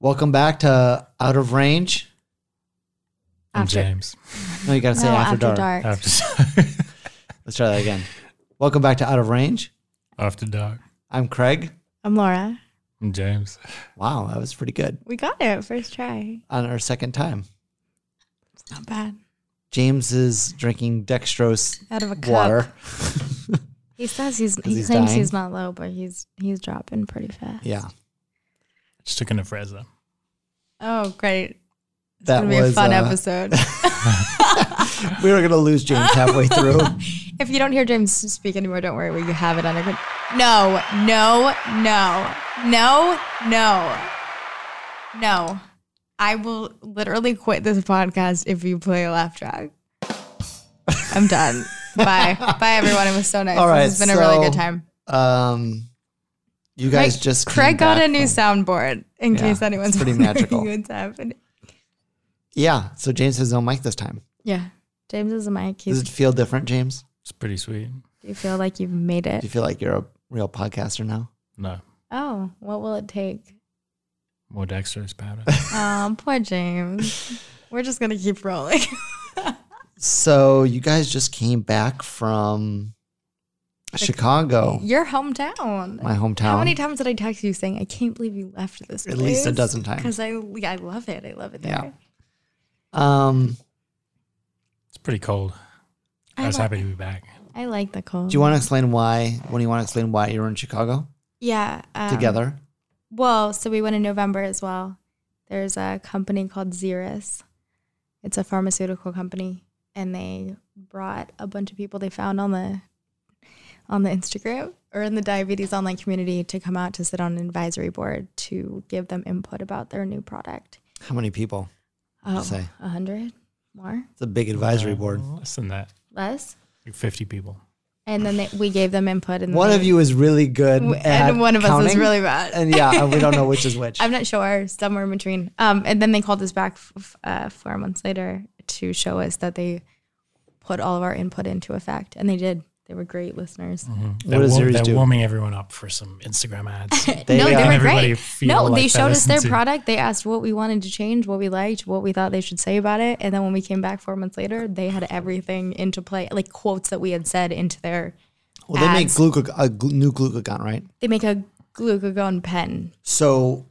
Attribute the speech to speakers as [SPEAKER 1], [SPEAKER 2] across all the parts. [SPEAKER 1] Welcome back to Out of Range.
[SPEAKER 2] I'm
[SPEAKER 3] After-
[SPEAKER 2] James.
[SPEAKER 1] No, you got to say
[SPEAKER 3] No,
[SPEAKER 1] after,
[SPEAKER 3] after
[SPEAKER 1] dark.
[SPEAKER 3] dark.
[SPEAKER 2] After,
[SPEAKER 1] Let's try that again. Welcome back to Out of Range.
[SPEAKER 2] after dark.
[SPEAKER 1] I'm Craig.
[SPEAKER 3] I'm Laura.
[SPEAKER 2] I'm James.
[SPEAKER 1] Wow, that was pretty good
[SPEAKER 3] We got it first try.
[SPEAKER 1] on our second time.
[SPEAKER 3] It's not bad.
[SPEAKER 1] James is drinking dextrose
[SPEAKER 3] Out of a cup.
[SPEAKER 1] water.
[SPEAKER 3] He says he's he
[SPEAKER 1] he's
[SPEAKER 3] claims
[SPEAKER 1] dying.
[SPEAKER 3] he's not low, but he's he's dropping pretty fast.
[SPEAKER 1] Yeah,
[SPEAKER 2] Just took an Fresno.
[SPEAKER 3] Oh great. It's
[SPEAKER 1] That
[SPEAKER 3] gonna be a fun
[SPEAKER 1] uh,
[SPEAKER 3] episode.
[SPEAKER 1] we were gonna lose James halfway through.
[SPEAKER 3] if you don't hear James speak anymore, don't worry, we have it under control. No, no, no, no, no. No. I will literally quit this podcast if you play a laugh track. I'm done. Bye. Bye everyone. It was so nice.
[SPEAKER 1] All right,
[SPEAKER 3] this has been a really
[SPEAKER 1] so-
[SPEAKER 3] good time.
[SPEAKER 1] um, you guys
[SPEAKER 3] Craig-
[SPEAKER 1] just came
[SPEAKER 3] Craig got
[SPEAKER 1] back
[SPEAKER 3] a
[SPEAKER 1] from-
[SPEAKER 3] new soundboard in
[SPEAKER 1] Yeah,
[SPEAKER 3] case
[SPEAKER 1] it's
[SPEAKER 3] anyone's
[SPEAKER 1] pretty
[SPEAKER 3] wondering
[SPEAKER 1] magical.
[SPEAKER 3] What's happening?
[SPEAKER 1] Yeah, so James has no mic this time.
[SPEAKER 3] Yeah, James is a mic.
[SPEAKER 1] Does
[SPEAKER 3] He's,
[SPEAKER 1] it
[SPEAKER 3] do
[SPEAKER 1] feel different, James?
[SPEAKER 2] It's pretty sweet.
[SPEAKER 3] you feel like you've made
[SPEAKER 1] Do you
[SPEAKER 3] it?
[SPEAKER 1] feel like you're a real podcaster now?
[SPEAKER 2] No,
[SPEAKER 3] Oh, what will it take?
[SPEAKER 2] more dextrose powder.
[SPEAKER 3] Um, poor James. We're just gonna keep rolling.
[SPEAKER 1] So you guys just came back from Chicago,
[SPEAKER 3] Your hometown.
[SPEAKER 1] my hometown.
[SPEAKER 3] How many times did I text you saying I can't believe you left this?
[SPEAKER 1] At least a dozen times.
[SPEAKER 3] Because I, yeah, I love it. I love it there.
[SPEAKER 1] Yeah. Um,
[SPEAKER 2] It's pretty cold. I,
[SPEAKER 3] I,
[SPEAKER 2] was
[SPEAKER 3] li-
[SPEAKER 2] happy to be back.
[SPEAKER 3] I like the cold.
[SPEAKER 1] do you want to explain why? When do you want to explain why you were in Chicago
[SPEAKER 3] Yeah. um,
[SPEAKER 1] together?
[SPEAKER 3] Well, so we went in November as well. There's a company called Xeris. It's a pharmaceutical company, and they brought a bunch of people they found on the on the Instagram or in the diabetes online community to come out to sit on an advisory board to give them input about their new product.
[SPEAKER 1] How many people?
[SPEAKER 3] Oh,
[SPEAKER 1] Say.
[SPEAKER 3] a hundred more,
[SPEAKER 1] It's a big advisory
[SPEAKER 3] Um,
[SPEAKER 1] board.
[SPEAKER 2] Less than that.
[SPEAKER 3] less,
[SPEAKER 2] Like 50 people.
[SPEAKER 3] and then they, we gave them input. And
[SPEAKER 1] One
[SPEAKER 3] they-
[SPEAKER 1] of you is really good,
[SPEAKER 3] w-
[SPEAKER 1] at
[SPEAKER 3] and one of us is
[SPEAKER 1] counting,
[SPEAKER 3] really bad.
[SPEAKER 1] and yeah, and we don't know which is which.
[SPEAKER 3] I'm not sure, somewhere in between. Um, and then they called us back f- f- uh, four months later to show us that they put all of our input into effect, and they did. They were great listeners.
[SPEAKER 1] Mm-hmm.
[SPEAKER 2] They're,
[SPEAKER 1] does
[SPEAKER 2] wa-
[SPEAKER 1] yours
[SPEAKER 2] they're
[SPEAKER 1] do?
[SPEAKER 2] warming everyone up for some Instagram ads.
[SPEAKER 1] They,
[SPEAKER 3] no, they
[SPEAKER 1] uh,
[SPEAKER 3] were
[SPEAKER 2] Everybody
[SPEAKER 3] great.
[SPEAKER 2] feel
[SPEAKER 3] No,
[SPEAKER 2] like
[SPEAKER 3] they
[SPEAKER 2] they
[SPEAKER 3] showed us
[SPEAKER 2] listened
[SPEAKER 3] their
[SPEAKER 2] to you.
[SPEAKER 3] product. They asked what we wanted to change, what we liked, what we thought they should say about it, and then when we came back four months later, they had everything into play, like quotes that we had said into their.
[SPEAKER 1] well, they make
[SPEAKER 3] ads.
[SPEAKER 1] glucag- a glu- new glucagon, right?
[SPEAKER 3] They make a glucagon pen,
[SPEAKER 1] So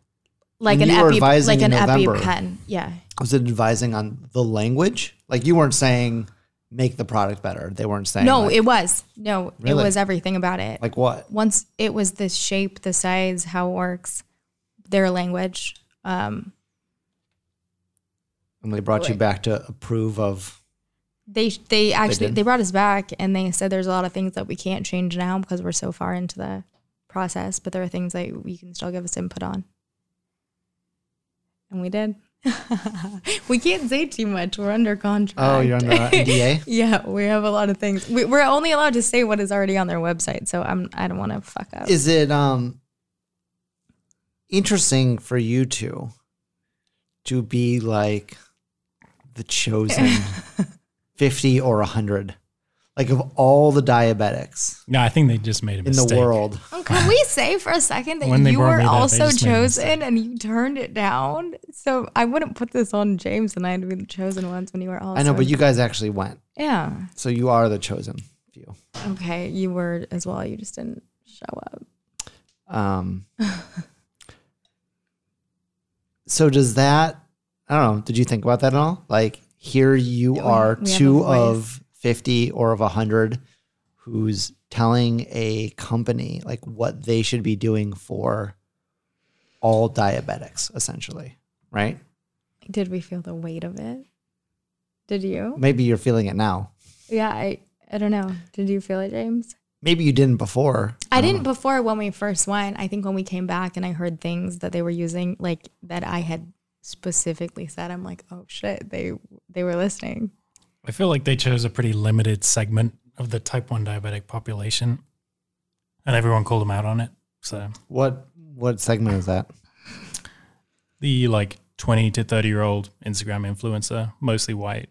[SPEAKER 3] like
[SPEAKER 1] And
[SPEAKER 3] an
[SPEAKER 1] you were
[SPEAKER 3] epi,
[SPEAKER 1] advising
[SPEAKER 3] like
[SPEAKER 1] in
[SPEAKER 3] an epi
[SPEAKER 1] November.
[SPEAKER 3] pen. Yeah,
[SPEAKER 1] was it advising on the language? Like you weren't saying make the product better. They weren't saying
[SPEAKER 3] no,
[SPEAKER 1] like,
[SPEAKER 3] it was no,
[SPEAKER 1] Really?
[SPEAKER 3] it was everything about it.
[SPEAKER 1] like what?
[SPEAKER 3] once it was the shape, the size, how it works, their language. Um,
[SPEAKER 1] And they brought you back to approve of
[SPEAKER 3] they they actually they,
[SPEAKER 1] did?
[SPEAKER 3] brought us back and they said there's a lot of things that we can't change now because we're so far into the process, but there are things that you can still give us input on. And we did. we can't say too much. We're under contract.
[SPEAKER 1] Oh, you're under a NDA?
[SPEAKER 3] yeah, we have a lot of things. We, we're only allowed to say what is already on their website, so I'm I don't want to fuck up.
[SPEAKER 1] Is it um interesting for you two to be like the chosen 50 or 100? Like of all the diabetics
[SPEAKER 2] No, I think they just made a
[SPEAKER 1] in
[SPEAKER 2] mistake.
[SPEAKER 1] the world.
[SPEAKER 3] Um, Can we say for a second that
[SPEAKER 2] When they
[SPEAKER 3] you
[SPEAKER 2] brought
[SPEAKER 3] were
[SPEAKER 2] me that, they
[SPEAKER 3] also
[SPEAKER 2] just made me
[SPEAKER 3] chosen and you turned it down? So I wouldn't put this on James and I to be the chosen ones when you were also.
[SPEAKER 1] I know, but you guys actually went.
[SPEAKER 3] Yeah.
[SPEAKER 1] So you are the chosen few.
[SPEAKER 3] Okay. You were as well. You just didn't show up.
[SPEAKER 1] Um So does that I don't know, did you think about that at all? Like here you
[SPEAKER 3] Yeah, we-
[SPEAKER 1] are
[SPEAKER 3] we have
[SPEAKER 1] two
[SPEAKER 3] a voice.
[SPEAKER 1] of 50 or of 100 who's telling a company like what they should be doing for all diabetics essentially, right?
[SPEAKER 3] Did we feel the weight of it? Did you?
[SPEAKER 1] Maybe you're feeling it now.
[SPEAKER 3] Yeah. I, I don't know. Did you feel it, James?
[SPEAKER 1] Maybe you didn't before.
[SPEAKER 3] I
[SPEAKER 2] Uh-huh.
[SPEAKER 3] didn't before when we first went. I think when we came back and I heard things that they were using, like that I had specifically said, I'm like, oh shit, they they were listening.
[SPEAKER 2] I feel like they chose a pretty limited segment of the type 1 diabetic population and everyone called them out on it. So
[SPEAKER 1] What what segment is that?
[SPEAKER 2] the like 20 to 30 year old Instagram influencer, mostly white,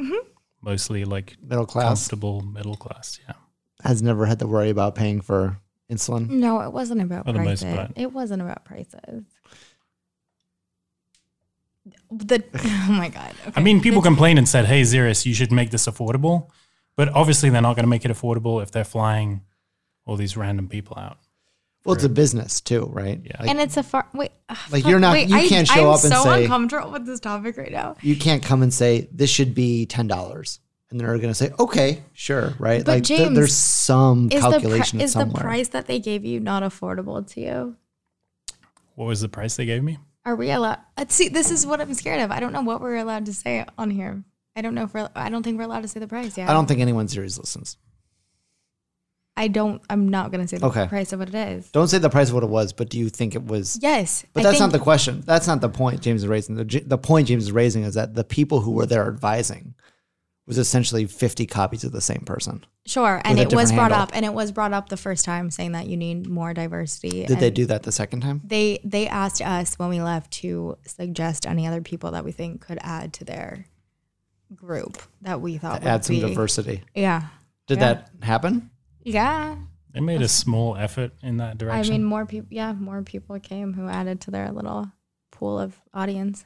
[SPEAKER 1] Mm-hmm.
[SPEAKER 2] mostly like
[SPEAKER 1] Middle class
[SPEAKER 2] comfortable middle class. Yeah.
[SPEAKER 1] has never had to worry about paying for insulin.
[SPEAKER 3] No, it wasn't about
[SPEAKER 2] For the most
[SPEAKER 3] prices.
[SPEAKER 2] part.
[SPEAKER 3] It wasn't about prices. The oh my god.
[SPEAKER 2] I
[SPEAKER 3] Okay.
[SPEAKER 2] mean, people complained and said, "Hey, Xeris, you should make this affordable," but obviously they're not going to make it affordable if they're flying all these random people out.
[SPEAKER 1] Well, it's a business too, right?
[SPEAKER 2] Yeah.
[SPEAKER 1] Like,
[SPEAKER 3] and it's a far wait. ugh,
[SPEAKER 1] Like,
[SPEAKER 3] fuck,
[SPEAKER 1] you're not- you
[SPEAKER 3] I,
[SPEAKER 1] can't show
[SPEAKER 3] I'm
[SPEAKER 1] up and
[SPEAKER 3] so
[SPEAKER 1] say-
[SPEAKER 3] uncomfortable with this topic right now.
[SPEAKER 1] you can't come and say this should be ten dollars, and they're going to say, okay, sure, right?
[SPEAKER 3] But
[SPEAKER 1] like th-
[SPEAKER 3] James,
[SPEAKER 1] there's some
[SPEAKER 3] Is the
[SPEAKER 1] calculation
[SPEAKER 3] pri- is the
[SPEAKER 1] somewhere.
[SPEAKER 3] price that they gave you not affordable to you?
[SPEAKER 2] What was the price they gave me?
[SPEAKER 3] Are we allowed? uh, See, this is what I'm scared of. I don't know what we're allowed to say on here. I don't know if we're. I don't think we're allowed to say the price. Yeah.
[SPEAKER 1] I don't think anyone serious listens.
[SPEAKER 3] I don't. I'm not gonna say the
[SPEAKER 1] Okay.
[SPEAKER 3] price of what it is.
[SPEAKER 1] Don't say the price of what it was, but do you think it was?
[SPEAKER 3] Yes.
[SPEAKER 1] But
[SPEAKER 3] I
[SPEAKER 1] that's
[SPEAKER 3] think-
[SPEAKER 1] not the question. That's not the point James is raising. The, J- the point James is raising is that the people who were there advising was essentially 50 copies of the same person.
[SPEAKER 3] Sure, and
[SPEAKER 1] a
[SPEAKER 3] it was
[SPEAKER 1] different
[SPEAKER 3] brought
[SPEAKER 1] handle.
[SPEAKER 3] up, and it was brought up the first time, saying that you need more diversity.
[SPEAKER 1] Did they
[SPEAKER 3] and
[SPEAKER 1] do that the second time?
[SPEAKER 3] They they asked us when we left to suggest any other people that we think could add to their group that we thought would
[SPEAKER 1] Add some
[SPEAKER 3] be-
[SPEAKER 1] diversity.
[SPEAKER 3] Yeah,
[SPEAKER 1] Did
[SPEAKER 3] Yeah.
[SPEAKER 1] that happen?
[SPEAKER 3] yeah.
[SPEAKER 2] They made a small effort in that
[SPEAKER 3] I
[SPEAKER 2] direction.
[SPEAKER 3] mean, more people. Yeah, more people came who added to their little pool of audience.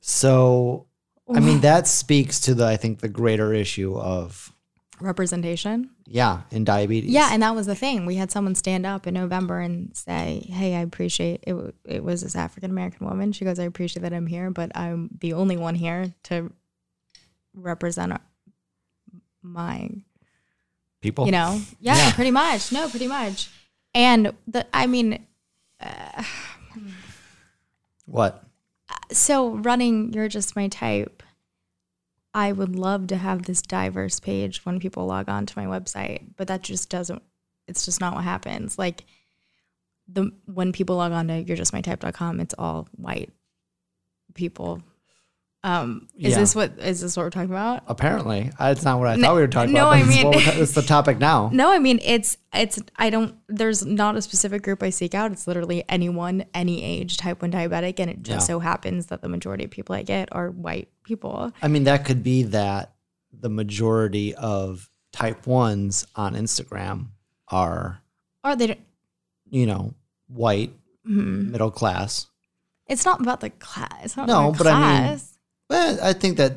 [SPEAKER 1] So, I mean, that speaks to the, I think, the greater issue of,
[SPEAKER 3] representation.
[SPEAKER 1] yeah, in diabetes.
[SPEAKER 3] Yeah, and that was the thing. We had someone stand up in November and say, "Hey, I appreciate it. w- It was this African American woman. She goes, "I appreciate that I'm here, but I'm the only one here to represent our, my,
[SPEAKER 1] people.
[SPEAKER 3] you know, yeah,
[SPEAKER 1] Yeah.
[SPEAKER 3] pretty much. No, pretty much. And the, I mean,
[SPEAKER 1] What?
[SPEAKER 3] so running, you're just my type. I would love to have this diverse page when people log on to my website, but that just doesn't. It's just not what happens. Like the when people log on to you're just my type.com, it's all white people. Um, is
[SPEAKER 1] Yeah.
[SPEAKER 3] this what is this what we're talking about?
[SPEAKER 1] Apparently, it's not what I
[SPEAKER 3] No-
[SPEAKER 1] thought we were talking
[SPEAKER 3] no,
[SPEAKER 1] about.
[SPEAKER 3] I
[SPEAKER 1] but it's, what
[SPEAKER 3] mean-
[SPEAKER 1] we're ta- it's the topic now.
[SPEAKER 3] No, I mean it's it's I don't there's not a specific group I seek out. It's literally anyone, any age, type one diabetic, and it just
[SPEAKER 1] Yeah.
[SPEAKER 3] so happens that the majority of people I get are white people.
[SPEAKER 1] I mean, that could be that the majority of type ones on Instagram are,
[SPEAKER 3] Or they don't
[SPEAKER 1] you know, white, middle class.
[SPEAKER 3] Mm-hmm. It's not about the class. It's not
[SPEAKER 1] No,
[SPEAKER 3] about
[SPEAKER 1] but I mean,
[SPEAKER 3] class.
[SPEAKER 1] But I think that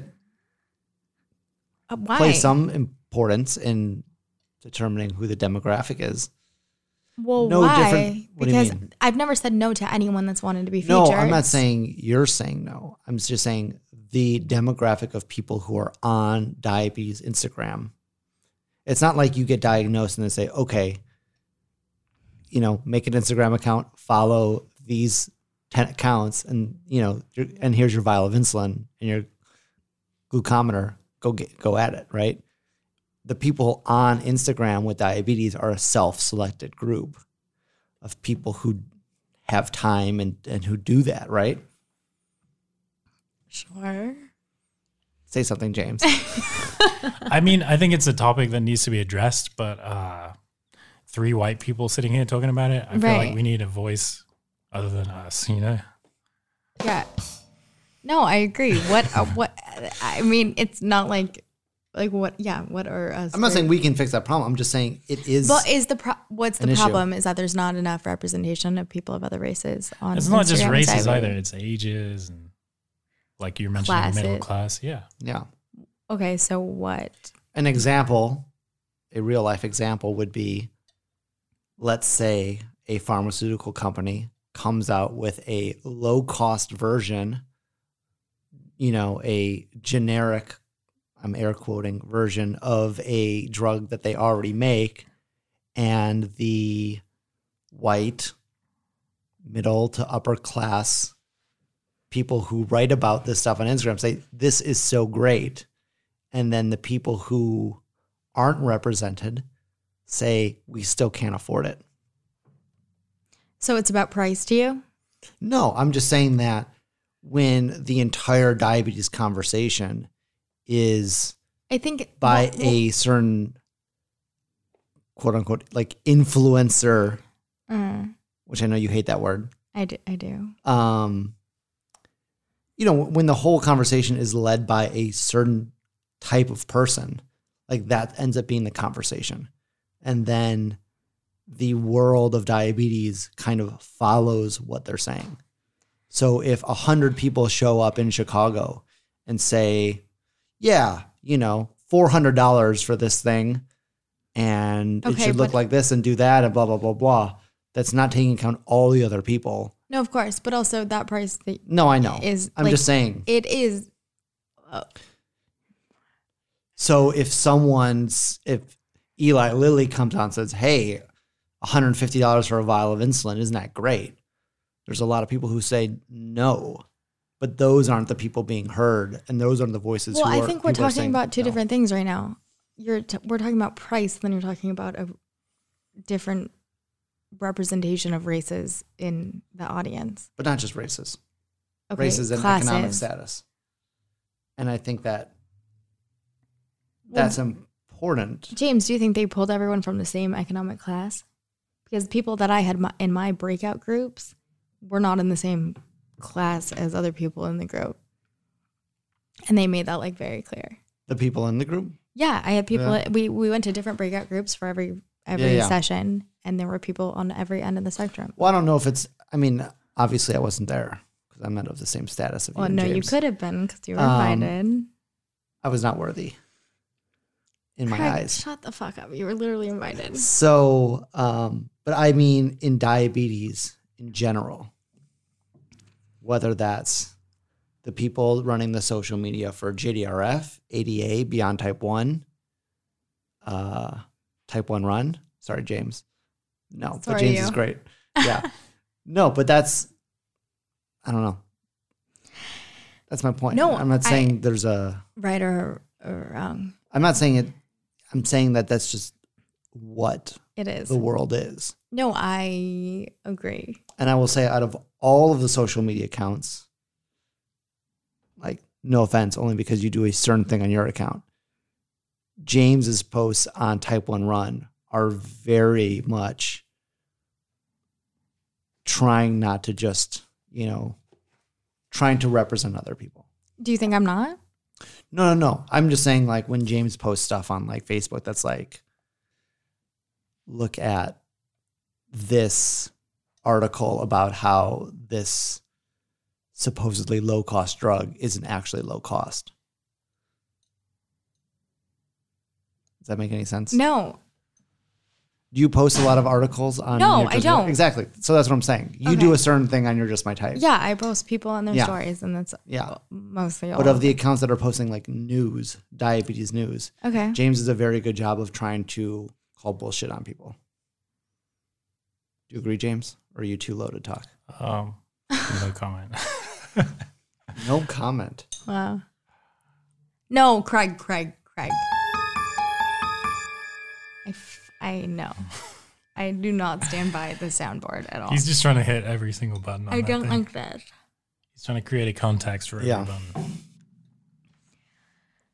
[SPEAKER 3] Uh, why?
[SPEAKER 1] plays some importance in determining who the demographic is.
[SPEAKER 3] well,
[SPEAKER 1] no
[SPEAKER 3] why?
[SPEAKER 1] different- what do you
[SPEAKER 3] because
[SPEAKER 1] mean?
[SPEAKER 3] I've never said no to anyone that's wanted to be featured.
[SPEAKER 1] No, I'm not saying you're saying no. I'm just saying the demographic of people who are on diabetes Instagram. It's not like you get diagnosed and they say, okay, you know, make an Instagram account, follow these 10 accounts, and, you know, you're- and here's your vial of insulin and your glucometer. Go get, go at it, right? The people on Instagram with diabetes are a self selected group of people who have time and, and who do that, right?
[SPEAKER 3] Sure.
[SPEAKER 1] Say something, James.
[SPEAKER 2] I mean, I think it's a topic that needs to be addressed, but uh, three white people sitting here talking about it, I feel
[SPEAKER 3] Right.
[SPEAKER 2] like we need a voice other than us, you know?
[SPEAKER 3] Yeah. No, I agree. What? Uh, what? I mean, it's not like, like what? Yeah. What are us?
[SPEAKER 1] I'm not
[SPEAKER 3] three-
[SPEAKER 1] saying we can fix that problem. I'm just saying it is.
[SPEAKER 3] But is the pro- what's
[SPEAKER 1] An
[SPEAKER 3] the
[SPEAKER 1] issue.
[SPEAKER 3] problem is that there's not enough representation of people of other races on.
[SPEAKER 2] It's not just
[SPEAKER 3] Instagram and
[SPEAKER 2] races
[SPEAKER 3] Cyber.
[SPEAKER 2] either, it's ages and, like you mentioned, the middle
[SPEAKER 3] Classes.
[SPEAKER 2] class. Yeah.
[SPEAKER 1] yeah.
[SPEAKER 3] Okay, so what?
[SPEAKER 1] An example, a real life example would be let's say a pharmaceutical company comes out with a low cost version, you know, a generic, I'm air quoting, version of a drug that they already make. And the white, middle to upper class people who write about this stuff on Instagram say, this is so great and then the people who aren't represented say we still can't afford it.
[SPEAKER 3] So it's about price to you.
[SPEAKER 1] No, I'm just saying that when the entire diabetes conversation is
[SPEAKER 3] I think
[SPEAKER 1] by
[SPEAKER 3] well,
[SPEAKER 1] a certain quote unquote like influencer,
[SPEAKER 3] well, uh,
[SPEAKER 1] which I know you hate that word.
[SPEAKER 3] I do. I do.
[SPEAKER 1] Um you know, when the whole conversation is led by a certain type of person, like that ends up being the conversation. And then the world of diabetes kind of follows what they're saying. So if 100 people show up in Chicago and say, yeah, you know, $400 for this thing and it
[SPEAKER 3] Okay,
[SPEAKER 1] should look
[SPEAKER 3] but-
[SPEAKER 1] like this and do that and blah, blah, blah, blah, that's not taking account all the other people.
[SPEAKER 3] No, of course, but also that price that
[SPEAKER 1] No, I know.
[SPEAKER 3] Is,
[SPEAKER 1] I'm
[SPEAKER 3] like-
[SPEAKER 1] just saying.
[SPEAKER 3] it is.
[SPEAKER 1] So if someone's if Eli Lilly comes out and says, "Hey, $150 for a vial of insulin isn't that great?" There's a lot of people who say no, but those aren't the people being heard, and those aren't the voices.
[SPEAKER 3] Well,
[SPEAKER 1] who
[SPEAKER 3] I
[SPEAKER 1] are-
[SPEAKER 3] think
[SPEAKER 1] who
[SPEAKER 3] we're
[SPEAKER 1] are
[SPEAKER 3] talking
[SPEAKER 1] saying
[SPEAKER 3] about two
[SPEAKER 1] no.
[SPEAKER 3] different things right now. You're t- we're talking about price, then you're talking about a different representation of races in the audience.
[SPEAKER 1] but not just races,
[SPEAKER 3] Okay,
[SPEAKER 1] races and economic
[SPEAKER 3] classes.
[SPEAKER 1] status. And I think that
[SPEAKER 3] Well,
[SPEAKER 1] that's important.
[SPEAKER 3] James, do you think they pulled everyone from the same economic class? Because people that I had my, in my breakout groups were not in the same class as other people in the group. And they made that like very clear.
[SPEAKER 1] The people in the group,
[SPEAKER 3] Yeah, I had people
[SPEAKER 1] Yeah.
[SPEAKER 3] we we went to different breakout groups for every every
[SPEAKER 1] yeah.
[SPEAKER 3] session and there were people on every end of the spectrum.
[SPEAKER 1] well, I don't know if it's. I mean, obviously, I wasn't there because I'm not of the same status. Of
[SPEAKER 3] Well,
[SPEAKER 1] and
[SPEAKER 3] no, you
[SPEAKER 1] James.
[SPEAKER 3] could have been cuz you were
[SPEAKER 1] Um,
[SPEAKER 3] invited.
[SPEAKER 1] I was not worthy in my
[SPEAKER 3] Craig,
[SPEAKER 1] eyes.
[SPEAKER 3] Shut the fuck up. You were literally invited.
[SPEAKER 1] So, um, but I mean, in diabetes in general, whether that's the people running the social media for GDRF, ADA, Beyond Type 1, uh, Type 1 Run. Sorry, James. No, but
[SPEAKER 3] Sorry,
[SPEAKER 1] James
[SPEAKER 3] you.
[SPEAKER 1] is great. Yeah. no, but that's, I don't know. That's my point.
[SPEAKER 3] No,
[SPEAKER 1] I'm not
[SPEAKER 3] I-
[SPEAKER 1] saying there's a,
[SPEAKER 3] Right or, or wrong.
[SPEAKER 1] I'm not saying it, I'm saying that that's just what
[SPEAKER 3] It is.
[SPEAKER 1] the world is.
[SPEAKER 3] No, I agree.
[SPEAKER 1] and I will say out of all of the social media accounts, like no offense, only because you do a certain thing on your account. James's posts on Type 1 Run are very much trying not to just, you know, trying to represent other people.
[SPEAKER 3] Do you think I'm not?
[SPEAKER 1] No, no, no. I'm just saying, like, when James posts stuff on like Facebook, that's like, look at this article about how this supposedly low cost drug isn't actually low cost. Does that make any sense?
[SPEAKER 3] No.
[SPEAKER 1] Do you post a lot of articles on?
[SPEAKER 3] No,
[SPEAKER 1] your
[SPEAKER 3] I
[SPEAKER 1] Just-
[SPEAKER 3] don't.
[SPEAKER 1] Exactly. So that's what I'm saying. You do
[SPEAKER 3] Okay.
[SPEAKER 1] a certain thing on your Just My Type.
[SPEAKER 3] Yeah, I post people on their
[SPEAKER 1] Yeah.
[SPEAKER 3] stories, and that's
[SPEAKER 1] Yeah.
[SPEAKER 3] mostly all.
[SPEAKER 1] But of the accounts that are posting like news, diabetes news,
[SPEAKER 3] okay,
[SPEAKER 1] James does a very good job of trying to call bullshit on people. Do you agree, James? Or are you too low to talk?
[SPEAKER 2] Um, no comment.
[SPEAKER 1] No comment.
[SPEAKER 3] wow. No, Craig, Craig, Craig. I, f- I know. I do not stand by the soundboard at all.
[SPEAKER 2] He's just trying to hit every single button. On
[SPEAKER 3] I
[SPEAKER 2] that
[SPEAKER 3] don't
[SPEAKER 2] thing.
[SPEAKER 3] like that.
[SPEAKER 2] He's trying to create a context for every
[SPEAKER 1] Yeah.
[SPEAKER 2] button.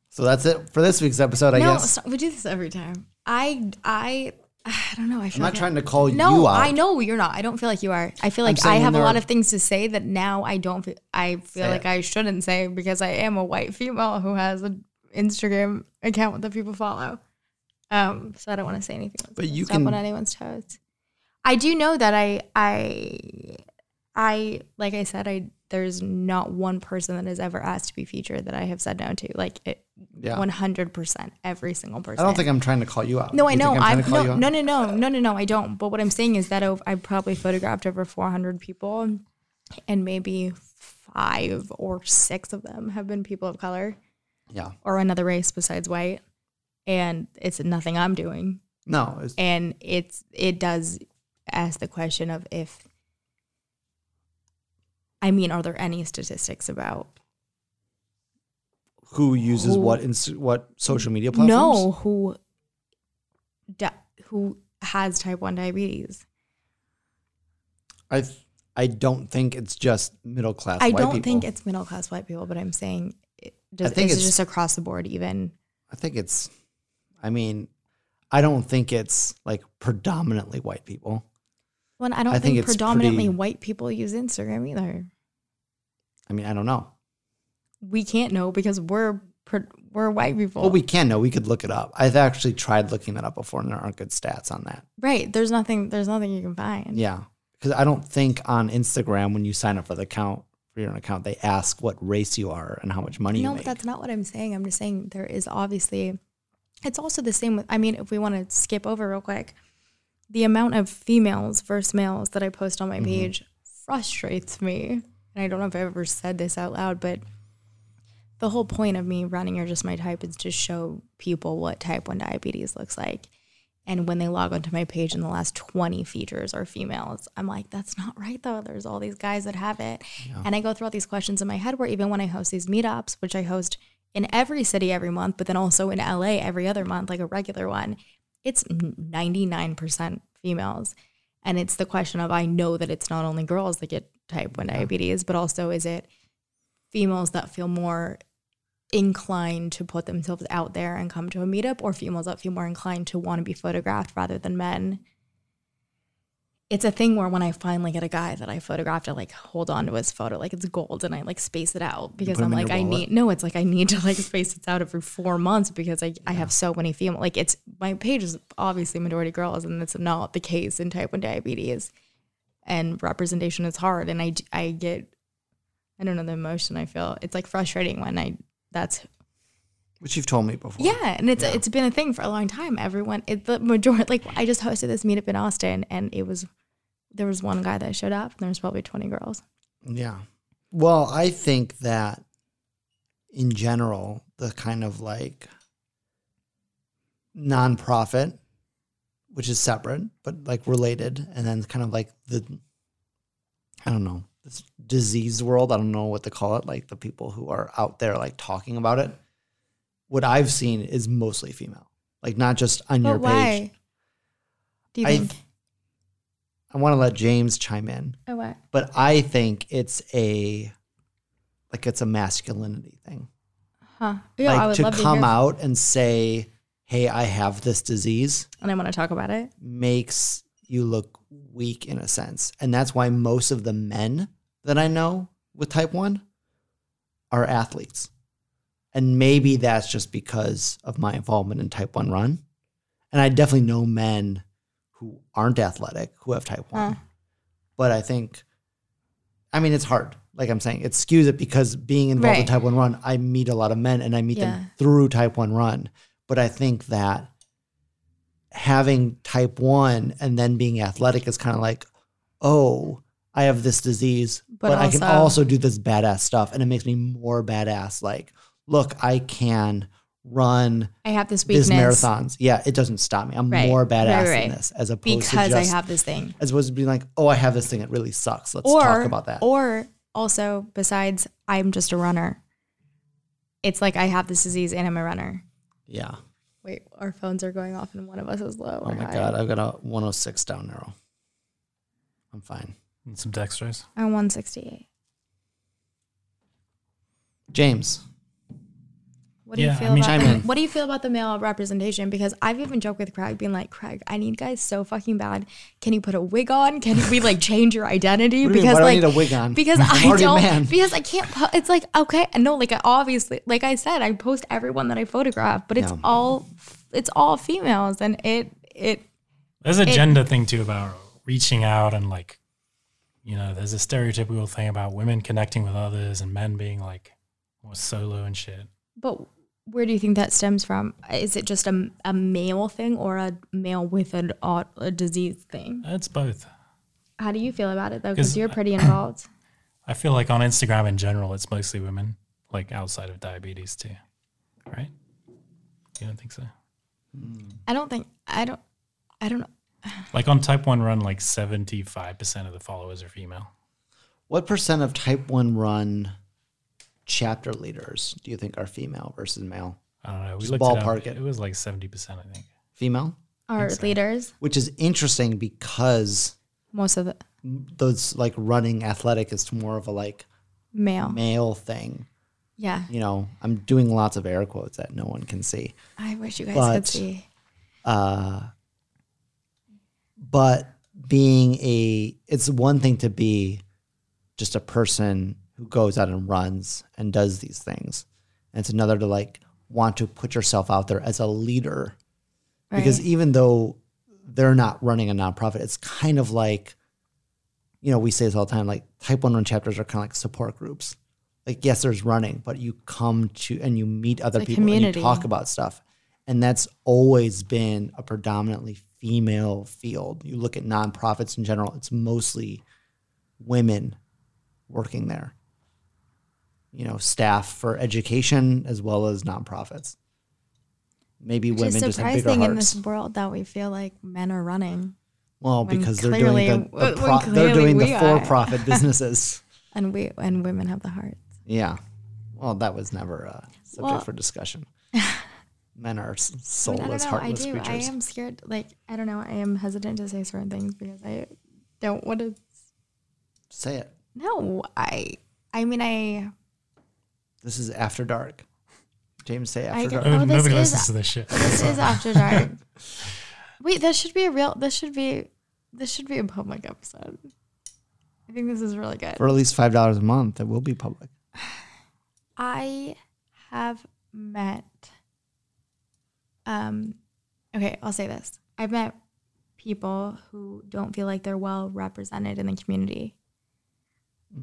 [SPEAKER 1] So that's it for this week's episode, I
[SPEAKER 3] no,
[SPEAKER 1] guess.
[SPEAKER 3] stop- we do this every time. I, I, I don't know. I
[SPEAKER 1] I'm
[SPEAKER 3] feel
[SPEAKER 1] not
[SPEAKER 3] like
[SPEAKER 1] trying to call
[SPEAKER 3] No,
[SPEAKER 1] you out.
[SPEAKER 3] I know you're not. I don't feel like you are. I feel
[SPEAKER 1] I'm
[SPEAKER 3] like I
[SPEAKER 1] saying
[SPEAKER 3] have a
[SPEAKER 1] there
[SPEAKER 3] lot
[SPEAKER 1] are-
[SPEAKER 3] of things to say that now I don't. Feel, I feel
[SPEAKER 1] Say
[SPEAKER 3] like
[SPEAKER 1] it.
[SPEAKER 3] I shouldn't say because I am a white female who has an Instagram account that people follow. Um, so I don't want to say anything. that's
[SPEAKER 1] But
[SPEAKER 3] gonna
[SPEAKER 1] you
[SPEAKER 3] step
[SPEAKER 1] can-
[SPEAKER 3] on anyone's toes. I do know that I, I, I, like I said, I there's not one person that has ever asked to be featured that I have said no to. Like it,
[SPEAKER 1] Yeah.
[SPEAKER 3] 100% every single person.
[SPEAKER 1] I don't think I'm trying to call you out.
[SPEAKER 3] No,
[SPEAKER 1] You
[SPEAKER 3] I
[SPEAKER 1] think
[SPEAKER 3] know.
[SPEAKER 1] I'm
[SPEAKER 3] I
[SPEAKER 1] trying to call you
[SPEAKER 3] no,
[SPEAKER 1] out?
[SPEAKER 3] no, no, no, no, no, no. I don't. But what I'm saying is that I've- I probably photographed over 400 people, and maybe five or six of them have been people of color
[SPEAKER 1] Yeah.
[SPEAKER 3] or another race besides white. And it's nothing I'm doing.
[SPEAKER 1] No. It's,
[SPEAKER 3] And it's it does ask the question of if. I mean, are there any statistics about
[SPEAKER 1] who uses
[SPEAKER 3] Who-
[SPEAKER 1] what ins- what social media platforms?
[SPEAKER 3] know who di- who has type 1 diabetes.
[SPEAKER 1] I th- I don't think it's just middle class
[SPEAKER 3] I
[SPEAKER 1] white
[SPEAKER 3] don't
[SPEAKER 1] people.
[SPEAKER 3] think it's middle class white people, but I'm saying it does,
[SPEAKER 1] think
[SPEAKER 3] is it
[SPEAKER 1] it's-
[SPEAKER 3] just across the board even.
[SPEAKER 1] I think it's I mean, I don't think it's like predominantly white people.
[SPEAKER 3] One, I don't
[SPEAKER 1] I think
[SPEAKER 3] think,
[SPEAKER 1] it's
[SPEAKER 3] predominantly
[SPEAKER 1] pretty-
[SPEAKER 3] white people use Instagram either.
[SPEAKER 1] I mean, I don't know.
[SPEAKER 3] We can't know because we're pre- we're white people.
[SPEAKER 1] Well, we can know. We could look it up. I've actually tried looking that up before, and there aren't good stats on that.
[SPEAKER 3] right? There's nothing. There's nothing you can find.
[SPEAKER 1] Yeah, because I don't think on Instagram when you sign up for the account for your account, they ask what race you are and how much money
[SPEAKER 3] no,
[SPEAKER 1] you
[SPEAKER 3] but
[SPEAKER 1] make.
[SPEAKER 3] that's not what I'm saying. I'm just saying there is obviously. It's also the same with. I mean, if we want to skip over real quick, the amount of females versus males that I post on my
[SPEAKER 1] Mhm.
[SPEAKER 3] page frustrates me. And I don't know if I've ever said this out loud, but the whole point of me running or just my type is to show people what type 1 diabetes looks like. And when they log onto my page and the last 20 features are females, I'm like, that's not right though. There's all these guys that have it. And I go through all these questions in my head where even when I host these meetups, which I host in every city every month, but then also in LA every other month, like a regular one, it's 99% females. And it's the question of I know that it's not only girls that get type 1 diabetes, but also is it females that feel more inclined to put themselves out there and come to a meetup or females that feel more inclined to want to be photographed rather than men it's a thing where when i finally get a guy that i photographed i like hold on to his photo like it's gold and i like space it out because
[SPEAKER 1] put
[SPEAKER 3] i'm
[SPEAKER 1] him in
[SPEAKER 3] like
[SPEAKER 1] your
[SPEAKER 3] i
[SPEAKER 1] wallet?
[SPEAKER 3] need no it's like i need to like space this out every four months because i, I have so many female like it's my page is obviously majority girls and that's not the case in type 1 diabetes and representation is hard and i d- i get i don't know the emotion i feel it's like frustrating when i that's
[SPEAKER 1] Which you've told me before.
[SPEAKER 3] yeah, and it's it's been a thing for a long time. Everyone, it, the majority, like I just hosted this meetup in Austin, and it was there was one guy that showed up, and there was probably twenty girls.
[SPEAKER 1] Yeah. Well, I think that in general, the kind of like nonprofit, which is separate but like related, and then kind of like the, I don't know, this disease world, I don't know what to call it, like the people who are out there like talking about it. What I've seen is mostly female, like not just on your
[SPEAKER 3] But why?
[SPEAKER 1] page.
[SPEAKER 3] Do you
[SPEAKER 1] I-
[SPEAKER 3] think?
[SPEAKER 1] I want to let James chime in.
[SPEAKER 3] Oh, what?
[SPEAKER 1] but I think it's a like it's a masculinity thing.
[SPEAKER 3] Huh? Yeah,
[SPEAKER 1] like
[SPEAKER 3] I would
[SPEAKER 1] to
[SPEAKER 3] love to
[SPEAKER 1] come
[SPEAKER 3] hear,
[SPEAKER 1] out and say, "Hey, I have this disease,"
[SPEAKER 3] and I want to talk about it.
[SPEAKER 1] makes you look weak in a sense, and that's why most of the men that I know with type one are athletes, and maybe that's just because of my involvement in type one run, and I definitely know men who aren't athletic who have type one
[SPEAKER 3] Huh.
[SPEAKER 1] but I think, I mean, it's hard. Like I'm saying, it skews it because being involved in
[SPEAKER 3] Right.
[SPEAKER 1] Type One Run, I meet a lot of men, and I meet
[SPEAKER 3] Yeah.
[SPEAKER 1] them through Type One Run. But I think that having Type One and then being athletic is kind of like, oh, I have this disease, but,
[SPEAKER 3] But
[SPEAKER 1] I can
[SPEAKER 3] also-
[SPEAKER 1] also do this badass stuff, and it makes me more badass. Like, look, I can run
[SPEAKER 3] I have this
[SPEAKER 1] these
[SPEAKER 3] weakness
[SPEAKER 1] marathons. Yeah, it doesn't stop me. I'm
[SPEAKER 3] Right.
[SPEAKER 1] more
[SPEAKER 3] Right,
[SPEAKER 1] badass in
[SPEAKER 3] right.
[SPEAKER 1] this, as opposed
[SPEAKER 3] because
[SPEAKER 1] to
[SPEAKER 3] I
[SPEAKER 1] just
[SPEAKER 3] have this thing.
[SPEAKER 1] as opposed to being like, oh, I have this thing. It really sucks. Let's
[SPEAKER 3] or
[SPEAKER 1] talk about that.
[SPEAKER 3] or also besides, I'm just a runner. It's like I have this disease and I'm a runner.
[SPEAKER 1] yeah.
[SPEAKER 3] Wait, our phones are going off and one of us is low.
[SPEAKER 1] Oh
[SPEAKER 3] or
[SPEAKER 1] my
[SPEAKER 3] high.
[SPEAKER 1] God. I've got a 106 down arrow. I'm fine.
[SPEAKER 2] and some dextrose.
[SPEAKER 3] I'm 168.
[SPEAKER 1] James.
[SPEAKER 3] What do
[SPEAKER 2] Yeah,
[SPEAKER 3] you
[SPEAKER 2] I
[SPEAKER 3] feel
[SPEAKER 2] mean-
[SPEAKER 3] about
[SPEAKER 1] Chime
[SPEAKER 3] the-
[SPEAKER 1] in.
[SPEAKER 3] what do you feel about the male representation? Because I've even joked with Craig, being like, Craig, I need guys so fucking bad. Can you put a wig on? Can we like change your identity?
[SPEAKER 1] What do you mean?
[SPEAKER 3] because
[SPEAKER 1] Why
[SPEAKER 3] like
[SPEAKER 1] do I need a wig on?
[SPEAKER 3] because
[SPEAKER 1] I'm
[SPEAKER 3] I
[SPEAKER 1] already a
[SPEAKER 3] don't
[SPEAKER 1] man.
[SPEAKER 3] because I can't. Po- it's like okay, no, like I obviously, like I said, I post everyone that I photograph, but it's
[SPEAKER 1] Yeah.
[SPEAKER 3] all it's all females, and it it
[SPEAKER 2] There's a
[SPEAKER 3] It-
[SPEAKER 2] gender thing too about reaching out and like, you know, there's a stereotypical thing about women connecting with others and men being like more solo and shit.
[SPEAKER 3] But where do you think that stems from? Is it just a, a male thing or a male with an au- a disease thing?
[SPEAKER 2] It's both.
[SPEAKER 3] How do you feel about it though?
[SPEAKER 2] 'Cause
[SPEAKER 3] Because you're pretty involved.
[SPEAKER 2] I feel like on Instagram in general, it's mostly women, like outside of diabetes too, right? You don't think so?
[SPEAKER 3] I don't think I don't I don't know.
[SPEAKER 2] Like on Type One Run, like seventy five percent of the followers are female.
[SPEAKER 1] What percent of type one run chapter leaders do you think are female versus male?
[SPEAKER 2] I don't know. We
[SPEAKER 1] Just
[SPEAKER 2] looked it
[SPEAKER 1] ballpark
[SPEAKER 2] up.
[SPEAKER 1] it.
[SPEAKER 2] It was like seventy percent, I think.
[SPEAKER 1] Female?
[SPEAKER 3] Our leaders,
[SPEAKER 1] Which is interesting because
[SPEAKER 3] most of the
[SPEAKER 1] those like running athletic is more of a like
[SPEAKER 3] male.
[SPEAKER 1] male thing.
[SPEAKER 3] Yeah.
[SPEAKER 1] You know, I'm doing lots of air quotes that no one can see.
[SPEAKER 3] I wish you guys
[SPEAKER 1] But-
[SPEAKER 3] could see.
[SPEAKER 1] but being a it's one thing to be just a person who goes out and runs and does these things and it's another to like want to put yourself out there as a leader
[SPEAKER 3] Right?
[SPEAKER 1] e- because even though they're not running a nonprofit it's kind of like you know, we say this all the time like type one run chapters are kind of like support groups. Like, yes, there's running, but you come to and you meet other
[SPEAKER 3] a
[SPEAKER 1] people and
[SPEAKER 3] community.
[SPEAKER 1] you talk about stuff. And that's always been a predominantly female field. You look at nonprofits in general, it's mostly women working there, you know, staff for education as well as nonprofits. Maybe
[SPEAKER 3] Which
[SPEAKER 1] women
[SPEAKER 3] is
[SPEAKER 1] just have bigger
[SPEAKER 3] surprising
[SPEAKER 1] hearts.
[SPEAKER 3] in this world that we feel like men are running
[SPEAKER 1] Well,
[SPEAKER 3] When
[SPEAKER 1] because
[SPEAKER 3] clearly-
[SPEAKER 1] they're doing the, the
[SPEAKER 3] when
[SPEAKER 1] pro- they're
[SPEAKER 3] clearly
[SPEAKER 1] doing the
[SPEAKER 3] we are.
[SPEAKER 1] for-profit businesses.
[SPEAKER 3] and we and women have the heart.
[SPEAKER 1] Yeah. Well, that was never a subject
[SPEAKER 3] Well-
[SPEAKER 1] for discussion. Men are s-
[SPEAKER 3] I mean, I
[SPEAKER 1] soulless,
[SPEAKER 3] don't know.
[SPEAKER 1] heartless
[SPEAKER 3] I do.
[SPEAKER 1] creatures.
[SPEAKER 3] I am scared. Like I don't know. I am hesitant to say certain things because I don't want to.
[SPEAKER 1] Say it.
[SPEAKER 3] No, I. I mean, I.
[SPEAKER 1] This is after dark. James, say after
[SPEAKER 3] I
[SPEAKER 1] dark.
[SPEAKER 3] Oh,
[SPEAKER 2] No-
[SPEAKER 3] this
[SPEAKER 2] Nobody
[SPEAKER 3] is-
[SPEAKER 2] listens to this shit.
[SPEAKER 3] This is after dark. Wait, this should be a real. This should be. This should be a public episode. I think this is really good.
[SPEAKER 1] For at least five dollars a month, it will be public.
[SPEAKER 3] I have met um okay, I'll say this. I've met people who don't feel like they're well represented in the community.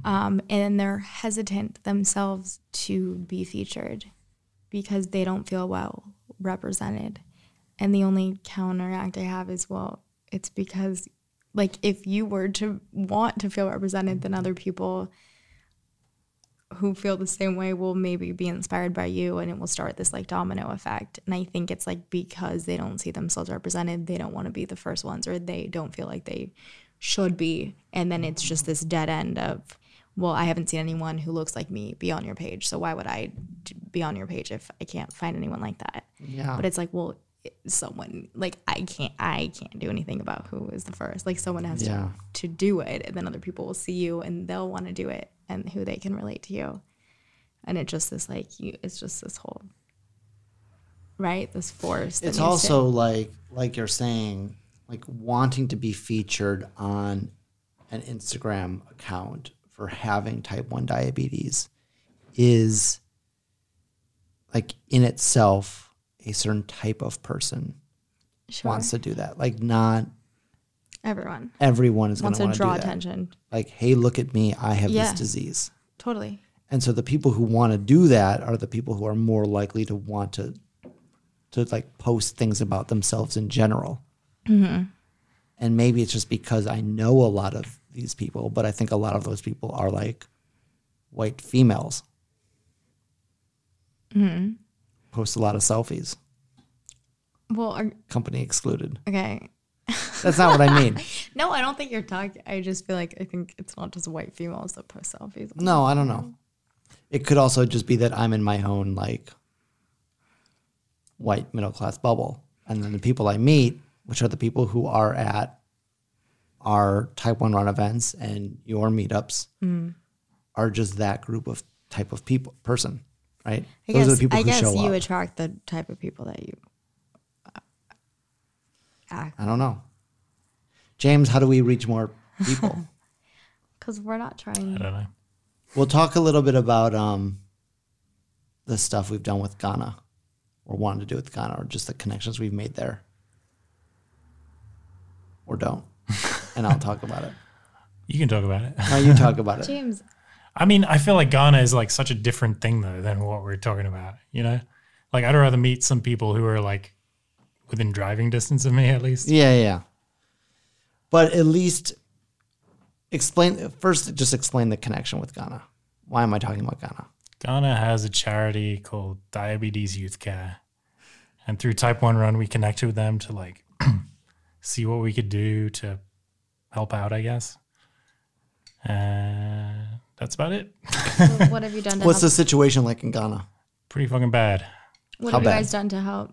[SPEAKER 3] Um and they're hesitant themselves to be featured because they don't feel well represented. And the only counteract I have is well, it's because like if you were to want to feel represented then other people who feel the same way will maybe be inspired by you and it will start this like domino effect and i think it's like because they don't see themselves represented they don't want to be the first ones or they don't feel like they should be and then it's just this dead end of well i haven't seen anyone who looks like me be on your page so why would I d- be on your page if i can't find anyone like that
[SPEAKER 1] Yeah.
[SPEAKER 3] but it's like well it- someone like i can't i can't do anything about who is the first like someone has
[SPEAKER 1] Yeah.
[SPEAKER 3] to, to do it and then other people will see you and they'll want to do it and who they can relate to you and it just is like you it's just this whole right this force that
[SPEAKER 1] it's
[SPEAKER 3] needs to-
[SPEAKER 1] also like like you're saying like wanting to be featured on an instagram account for having type 1 diabetes is like in itself a certain type of person
[SPEAKER 3] Sure.
[SPEAKER 1] wants to do that like not
[SPEAKER 3] everyone
[SPEAKER 1] everyone is going
[SPEAKER 3] wants to
[SPEAKER 1] to
[SPEAKER 3] draw
[SPEAKER 1] do that.
[SPEAKER 3] attention
[SPEAKER 1] like hey look at me i have
[SPEAKER 3] Yeah.
[SPEAKER 1] this disease
[SPEAKER 3] totally
[SPEAKER 1] and so the people who want to do that are the people who are more likely to want to to like post things about themselves in general and maybe it's just because i know a lot of these people but i think a lot of those people are like white females post a lot of selfies
[SPEAKER 3] well are,
[SPEAKER 1] company excluded
[SPEAKER 3] okay
[SPEAKER 1] that's not what i mean
[SPEAKER 3] no i don't think you're talking i just feel like i think it's not just white females that post selfies
[SPEAKER 1] no i don't know it could also just be that i'm in my own like white middle class bubble. And then the people I meet, which are the people who are at our type one run events and your meetups,
[SPEAKER 3] Hmm.
[SPEAKER 1] are just that group of type of people person, right?
[SPEAKER 3] I
[SPEAKER 1] Those
[SPEAKER 3] guess,
[SPEAKER 1] are the people
[SPEAKER 3] I
[SPEAKER 1] who
[SPEAKER 3] guess
[SPEAKER 1] show
[SPEAKER 3] you
[SPEAKER 1] up.
[SPEAKER 3] attract the type of people that you uh, act
[SPEAKER 1] I don't know. James, how do we reach more people?
[SPEAKER 3] because we're not
[SPEAKER 2] I
[SPEAKER 3] trying.
[SPEAKER 2] don't know.
[SPEAKER 1] we'll talk a little bit about um, the stuff we've done with Ghana or wanted to do with Ghana or just the connections we've made there. Or don't. and I'll talk about it.
[SPEAKER 2] You can talk about it.
[SPEAKER 1] Now you talk about it.
[SPEAKER 3] James,
[SPEAKER 2] I mean, I feel like Ghana is like such a different thing though than what we're talking about. You know, like I'd rather meet some people who are like within driving distance of me at least.
[SPEAKER 1] Yeah, yeah, yeah. But at least explain first. Just explain the connection with Ghana. Why am I talking about Ghana?
[SPEAKER 2] Ghana has a charity called Diabetes Youth Care, and through Type One Run, we connected with them to like see what we could do to help out. I guess. Uh, that's about it.
[SPEAKER 3] wh- what have you done to
[SPEAKER 1] What's the
[SPEAKER 3] help?
[SPEAKER 1] situation like in Ghana?
[SPEAKER 2] Pretty fucking bad.
[SPEAKER 3] What
[SPEAKER 1] how
[SPEAKER 3] have you
[SPEAKER 1] bad?
[SPEAKER 3] guys done to help?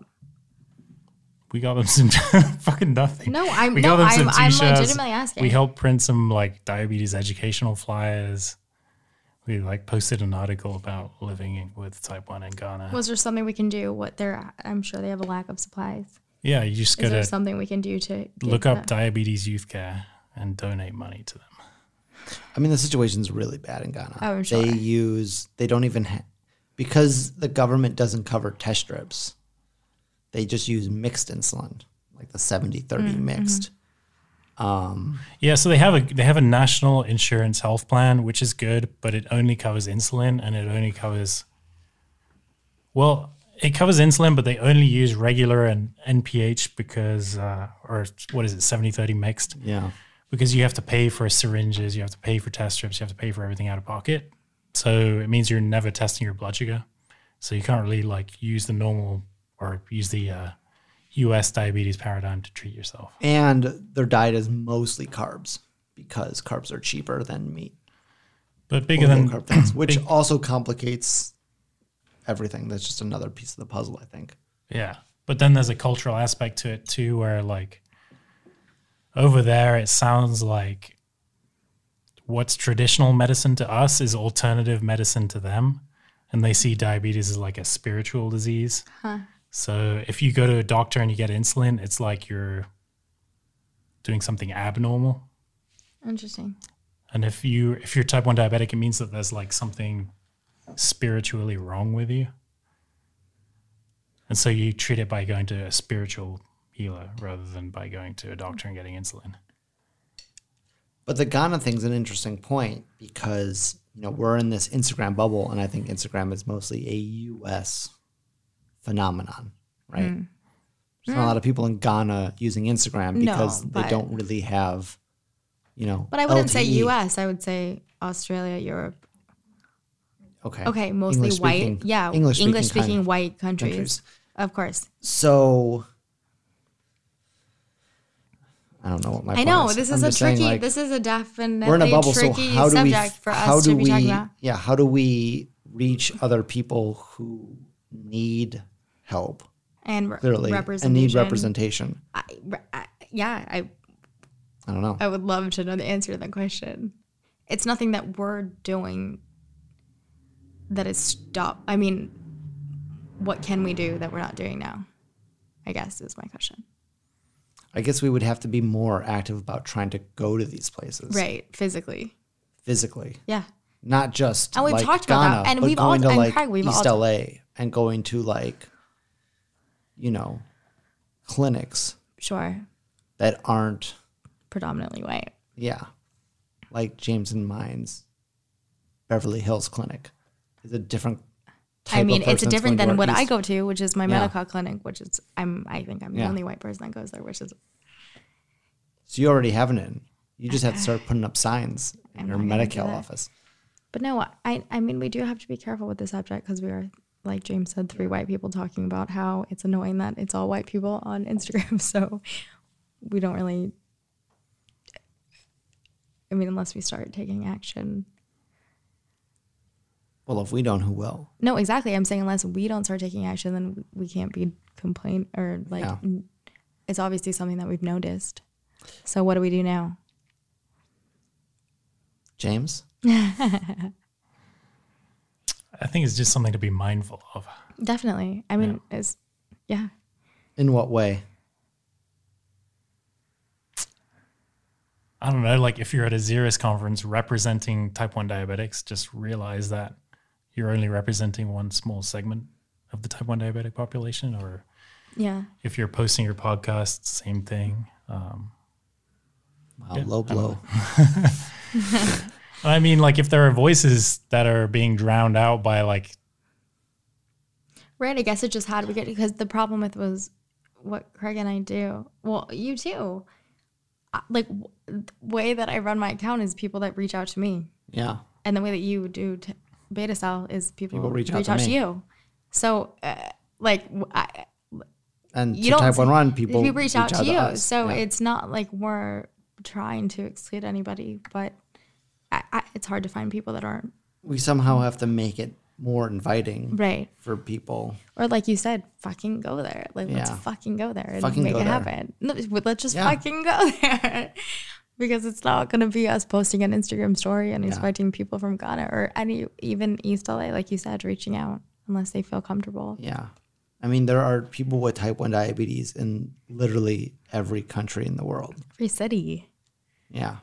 [SPEAKER 2] We got them some fucking nothing.
[SPEAKER 3] No, I'm
[SPEAKER 2] We
[SPEAKER 3] no,
[SPEAKER 2] got them some
[SPEAKER 3] I'm, I'm
[SPEAKER 2] t-shirts.
[SPEAKER 3] legitimately asking.
[SPEAKER 2] We helped print some like diabetes educational flyers. We like posted an article about living in- with type one in Ghana.
[SPEAKER 3] Was there something we can do? What they're I'm sure they have a lack of supplies.
[SPEAKER 2] yeah, you just
[SPEAKER 3] Is there
[SPEAKER 2] gotta
[SPEAKER 3] something we can do to get
[SPEAKER 2] look up
[SPEAKER 3] them?
[SPEAKER 2] diabetes youth care and donate money to them.
[SPEAKER 1] I mean, the situation's really bad in Ghana.
[SPEAKER 3] Oh, I'm sure.
[SPEAKER 1] They use, they don't even, ha- because the government doesn't cover test strips,
[SPEAKER 3] Mm-hmm.
[SPEAKER 1] they just use mixed insulin, like the 70 30 mixed. Um,
[SPEAKER 2] Yeah, so they have a they have a national insurance health plan, which is good, but it only covers insulin and it only covers well, it covers insulin, but they only use regular and NPH because uh, or what is it, 70-30 mixed.
[SPEAKER 1] yeah.
[SPEAKER 2] Because you have to pay for syringes, you have to pay for test strips, you have to pay for everything out of pocket. So it means you're never testing your blood sugar. So you can't really like use the normal or use the uh, US diabetes paradigm to treat yourself.
[SPEAKER 1] And their diet is mostly carbs because carbs are cheaper than meat.
[SPEAKER 2] But
[SPEAKER 1] or
[SPEAKER 2] bigger
[SPEAKER 1] low
[SPEAKER 2] than
[SPEAKER 1] carb things, which also complicates everything. That's just another piece of the puzzle, I think.
[SPEAKER 2] Yeah. But then there's a cultural aspect to it too, where like over there, it sounds like what's traditional medicine to us is alternative medicine to them. And they see diabetes as like a spiritual disease.
[SPEAKER 3] Huh.
[SPEAKER 2] So if you go to a doctor and you get insulin, it's like you're doing something abnormal.
[SPEAKER 3] Interesting.
[SPEAKER 2] And if you if you're type 1 diabetic, it means that there's like something spiritually wrong with you. And so you treat it by going to a spiritual healer rather than by going to a doctor and getting insulin.
[SPEAKER 1] But the Ghana thing's an interesting point because you know we're in this Instagram bubble, and I think Instagram is mostly a U.S. phenomenon, right?
[SPEAKER 3] Hmm.
[SPEAKER 1] There's not a lot of people in Ghana using Instagram
[SPEAKER 3] No,
[SPEAKER 1] because they
[SPEAKER 3] but-
[SPEAKER 1] don't really have, you know. E.
[SPEAKER 3] But I wouldn't say
[SPEAKER 1] LTE.
[SPEAKER 3] U.S. I would say Australia, Europe.
[SPEAKER 1] Okay.
[SPEAKER 3] Okay, mostly
[SPEAKER 1] English-speaking-
[SPEAKER 3] white. Yeah,
[SPEAKER 1] English-speaking
[SPEAKER 3] English speaking
[SPEAKER 1] kind of
[SPEAKER 3] white countries.
[SPEAKER 1] countries.
[SPEAKER 3] Of course.
[SPEAKER 1] So I don't know what my.
[SPEAKER 3] I
[SPEAKER 1] point
[SPEAKER 3] know
[SPEAKER 1] is.
[SPEAKER 3] this
[SPEAKER 1] I'm
[SPEAKER 3] is a
[SPEAKER 1] just saying,
[SPEAKER 3] tricky.
[SPEAKER 1] like,
[SPEAKER 3] this is a definitely
[SPEAKER 1] we're in a bubble. So
[SPEAKER 3] tricky
[SPEAKER 1] how do we?
[SPEAKER 3] subject for
[SPEAKER 1] How
[SPEAKER 3] us to
[SPEAKER 1] do
[SPEAKER 3] be talking
[SPEAKER 1] we?
[SPEAKER 3] about.
[SPEAKER 1] Yeah. How do we reach other people who need help?
[SPEAKER 3] And re-
[SPEAKER 1] Clearly, and
[SPEAKER 3] representation.
[SPEAKER 1] need representation.
[SPEAKER 3] I, re- I, yeah, I
[SPEAKER 1] I don't know.
[SPEAKER 3] I would love to know the answer to that question. It's nothing that we're doing that is stop. I mean, what can we do that we're not doing now? I guess is my question.
[SPEAKER 1] I guess we would have to be more active about trying to go to these places
[SPEAKER 3] Right, physically.
[SPEAKER 1] physically,
[SPEAKER 3] Yeah.
[SPEAKER 1] not just.
[SPEAKER 3] And we've
[SPEAKER 1] like
[SPEAKER 3] talked about that,
[SPEAKER 1] Ghana,
[SPEAKER 3] and
[SPEAKER 1] but
[SPEAKER 3] we've all-
[SPEAKER 1] going to
[SPEAKER 3] and
[SPEAKER 1] like
[SPEAKER 3] Craig, we've all
[SPEAKER 1] East
[SPEAKER 3] ta-
[SPEAKER 1] LA and going to like, you know, clinics
[SPEAKER 3] Sure.
[SPEAKER 1] that aren't
[SPEAKER 3] Predominantly white.
[SPEAKER 1] Yeah. Like James and Mines, Beverly Hills Clinic is a different type
[SPEAKER 3] I
[SPEAKER 1] of
[SPEAKER 3] mean, it's
[SPEAKER 1] person that's
[SPEAKER 3] different
[SPEAKER 1] going to
[SPEAKER 3] than what
[SPEAKER 1] our
[SPEAKER 3] I
[SPEAKER 1] East-
[SPEAKER 3] go to, which is my
[SPEAKER 1] Yeah.
[SPEAKER 3] medical clinic, which is I'm I think I'm
[SPEAKER 1] Yeah.
[SPEAKER 3] the only white person that goes there, which is
[SPEAKER 1] So you already have it in. You just have to start putting up signs in
[SPEAKER 3] I'm
[SPEAKER 1] your
[SPEAKER 3] not gonna do
[SPEAKER 1] Medi-Cal
[SPEAKER 3] that.
[SPEAKER 1] office.
[SPEAKER 3] But no, I I mean we do have to be careful with this subject because we are, like James said, three white people talking about how it's annoying that it's all white people on Instagram. So we don't really. I mean, unless we start taking action.
[SPEAKER 1] Well, if we don't, who will?
[SPEAKER 3] No, exactly. I'm saying unless we don't start taking action, then we can't be complain or like.
[SPEAKER 1] Yeah.
[SPEAKER 3] n- It's obviously something that we've noticed. So what do we do now?
[SPEAKER 1] James?
[SPEAKER 2] I think it's just something to be mindful of.
[SPEAKER 3] Definitely. I mean, it's yeah.
[SPEAKER 1] In what way?
[SPEAKER 2] I don't know, like if you're at a Xeris conference representing type 1 diabetics, just realize that you're only representing one small segment of the type 1 diabetic population or
[SPEAKER 3] Yeah.
[SPEAKER 2] if you're posting your podcast, same thing. Um,
[SPEAKER 1] Wow, low blow.
[SPEAKER 2] I mean, like if there are voices that are being drowned out by like
[SPEAKER 3] Right. I guess it just had we get because the problem with was what Craig and I do. Well, you too. I- Like w- the way that I run my account is people that reach out to me,
[SPEAKER 1] Yeah.
[SPEAKER 3] and the way that you do t- beta cell is people,
[SPEAKER 1] People
[SPEAKER 3] reach, out, to,
[SPEAKER 1] me.
[SPEAKER 3] you. So, uh, like, w- I,
[SPEAKER 1] And
[SPEAKER 3] You
[SPEAKER 1] to
[SPEAKER 3] don't
[SPEAKER 1] type
[SPEAKER 3] s-
[SPEAKER 1] one run, people,
[SPEAKER 3] people, reach out to you.
[SPEAKER 1] us.
[SPEAKER 3] So
[SPEAKER 1] Yeah.
[SPEAKER 3] it's not like we're trying to exclude anybody, but I, I, it's hard to find people that aren't
[SPEAKER 1] we somehow have to make it more inviting
[SPEAKER 3] right.
[SPEAKER 1] for people.
[SPEAKER 3] Or like you said, fucking go there. Like let's
[SPEAKER 1] Yeah.
[SPEAKER 3] fucking go there and
[SPEAKER 1] Fucking
[SPEAKER 3] make
[SPEAKER 1] go
[SPEAKER 3] it
[SPEAKER 1] there.
[SPEAKER 3] happen. No, but let's just
[SPEAKER 1] Yeah.
[SPEAKER 3] fucking go there. because it's not gonna be us posting an Instagram story and expecting people from Ghana or any even East LA, like you said, reaching out unless they feel comfortable.
[SPEAKER 1] Yeah. I mean, there are people with type 1 diabetes in literally every country in the world.
[SPEAKER 3] Free city.
[SPEAKER 1] Yeah.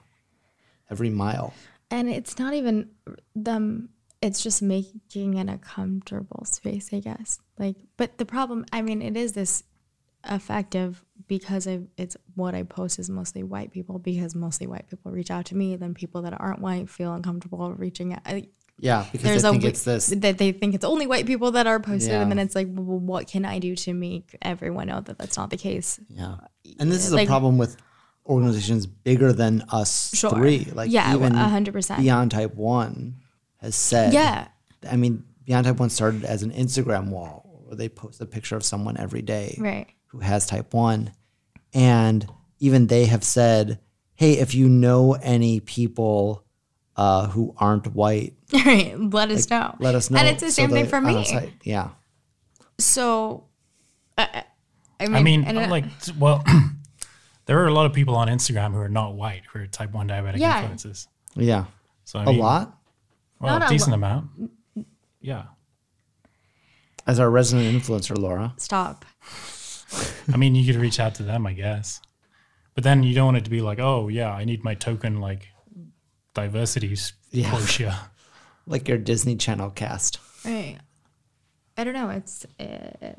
[SPEAKER 1] Every mile.
[SPEAKER 3] And it's not even them it's just making it a comfortable space, I guess. Like but the problem I mean, it is this effective because I, it's what I post is mostly white people because mostly white people reach out to me. Then people that aren't white feel uncomfortable reaching out. I,
[SPEAKER 1] Yeah, because
[SPEAKER 3] There's
[SPEAKER 1] I
[SPEAKER 3] a
[SPEAKER 1] think
[SPEAKER 3] wi-
[SPEAKER 1] it's this.
[SPEAKER 3] that they think it's only white people that are posted,
[SPEAKER 1] Yeah.
[SPEAKER 3] and then it's like, well, what can I do to make everyone know that that's not the case?
[SPEAKER 1] Yeah, and this is a
[SPEAKER 3] Like-
[SPEAKER 1] problem with organizations bigger than us
[SPEAKER 3] Sure.
[SPEAKER 1] three. Like
[SPEAKER 3] yeah,
[SPEAKER 1] even
[SPEAKER 3] a hundred percent.
[SPEAKER 1] Beyond Type One has said.
[SPEAKER 3] Yeah,
[SPEAKER 1] I mean, Beyond Type One started as an Instagram wall where they post a picture of someone every day
[SPEAKER 3] right.
[SPEAKER 1] who has Type One, and even they have said, "Hey, if you know any people uh, who aren't white,
[SPEAKER 3] Right. Let us know.
[SPEAKER 1] let us know."
[SPEAKER 3] And it's the
[SPEAKER 1] so
[SPEAKER 3] same thing
[SPEAKER 1] that
[SPEAKER 3] for
[SPEAKER 1] on our
[SPEAKER 3] me.
[SPEAKER 1] site- Yeah.
[SPEAKER 3] So, I I mean,
[SPEAKER 2] I mean,
[SPEAKER 3] and, uh,
[SPEAKER 2] like, t- well, there are a lot of people on Instagram who are not white who are type one diabetic
[SPEAKER 3] Yeah.
[SPEAKER 2] influences.
[SPEAKER 1] Yeah.
[SPEAKER 2] So I
[SPEAKER 1] A
[SPEAKER 2] mean,
[SPEAKER 1] lot.
[SPEAKER 2] well,
[SPEAKER 3] Not
[SPEAKER 2] a
[SPEAKER 3] a
[SPEAKER 2] decent amount. Yeah,
[SPEAKER 1] As our resident influencer, Laura.
[SPEAKER 3] stop.
[SPEAKER 2] I mean, you could reach out to them, I guess, but then you don't want it to be like, oh yeah, I need my token like diversity s-
[SPEAKER 1] Yeah.
[SPEAKER 2] quotient.
[SPEAKER 1] Like your Disney Channel cast.
[SPEAKER 3] Right. I don't know. It's, uh,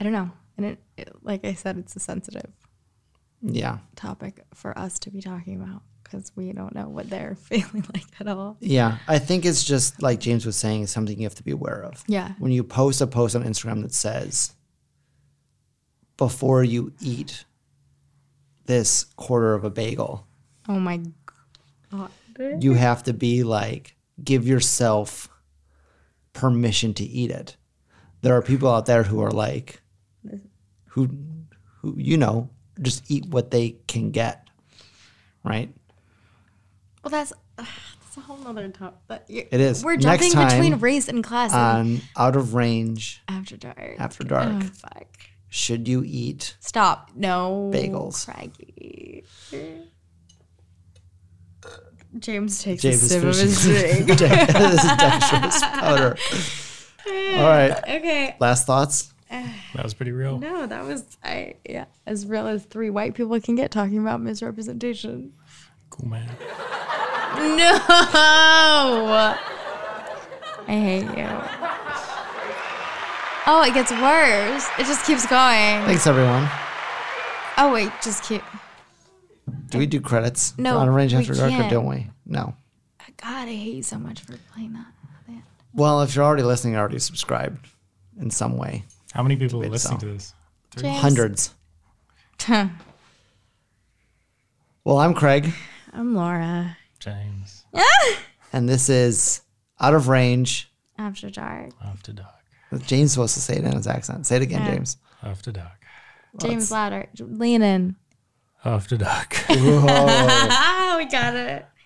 [SPEAKER 3] I don't know. And it, it, like I said, it's a sensitive
[SPEAKER 1] Yeah.
[SPEAKER 3] topic for us to be talking about because we don't know what they're feeling like at all.
[SPEAKER 1] Yeah. I think it's just like James was saying, it's something you have to be aware of.
[SPEAKER 3] Yeah.
[SPEAKER 1] When you post a post on Instagram that says, before you eat this quarter of a bagel,
[SPEAKER 3] Oh my God.
[SPEAKER 1] you have to be like, give yourself permission to eat it. There are people out there who are like, who, who, you know, just eat what they can get. Right.
[SPEAKER 3] Well, that's, ugh, that's a whole nother topic.
[SPEAKER 1] It is.
[SPEAKER 3] We're
[SPEAKER 1] Next
[SPEAKER 3] jumping
[SPEAKER 1] time uh,
[SPEAKER 3] between race and class and
[SPEAKER 1] On out of range,
[SPEAKER 3] after dark.
[SPEAKER 1] after dark.
[SPEAKER 3] Oh, fuck.
[SPEAKER 1] should you eat?
[SPEAKER 3] Stop. No.
[SPEAKER 1] Bagels.
[SPEAKER 3] Craggy. James takes
[SPEAKER 1] James
[SPEAKER 3] a
[SPEAKER 1] is
[SPEAKER 3] sip of his
[SPEAKER 1] finishing-
[SPEAKER 3] drink.
[SPEAKER 1] this is dextrose powder. All right.
[SPEAKER 3] okay.
[SPEAKER 1] Last thoughts?
[SPEAKER 2] That was pretty real.
[SPEAKER 3] No, that was I yeah, as real as three white people can get talking about misrepresentation.
[SPEAKER 2] Cool man.
[SPEAKER 3] No. I hate you. Oh, it gets worse. It just keeps going.
[SPEAKER 1] Thanks, everyone.
[SPEAKER 3] Oh wait, just keep
[SPEAKER 1] Do we do credits?
[SPEAKER 3] No,
[SPEAKER 1] On Range
[SPEAKER 3] we
[SPEAKER 1] After Dark, or
[SPEAKER 3] can't.
[SPEAKER 1] don't we? No.
[SPEAKER 3] God, I hate you so much for playing that.
[SPEAKER 1] Well, if you're already listening, you're already subscribed in some way.
[SPEAKER 2] How many people are
[SPEAKER 1] Debate
[SPEAKER 2] listening
[SPEAKER 1] song.
[SPEAKER 2] to this?
[SPEAKER 3] James.
[SPEAKER 1] Hundreds. Well, I'm Craig,
[SPEAKER 3] I'm Laura.
[SPEAKER 2] James
[SPEAKER 1] and this is Out of Range.
[SPEAKER 3] After dark.
[SPEAKER 2] after dark.
[SPEAKER 1] James is supposed to say it in his accent. Say it again,
[SPEAKER 3] Yeah.
[SPEAKER 1] James.
[SPEAKER 2] After dark.
[SPEAKER 3] James Louder. Lean in.
[SPEAKER 2] After dark.
[SPEAKER 3] Ah, we got it.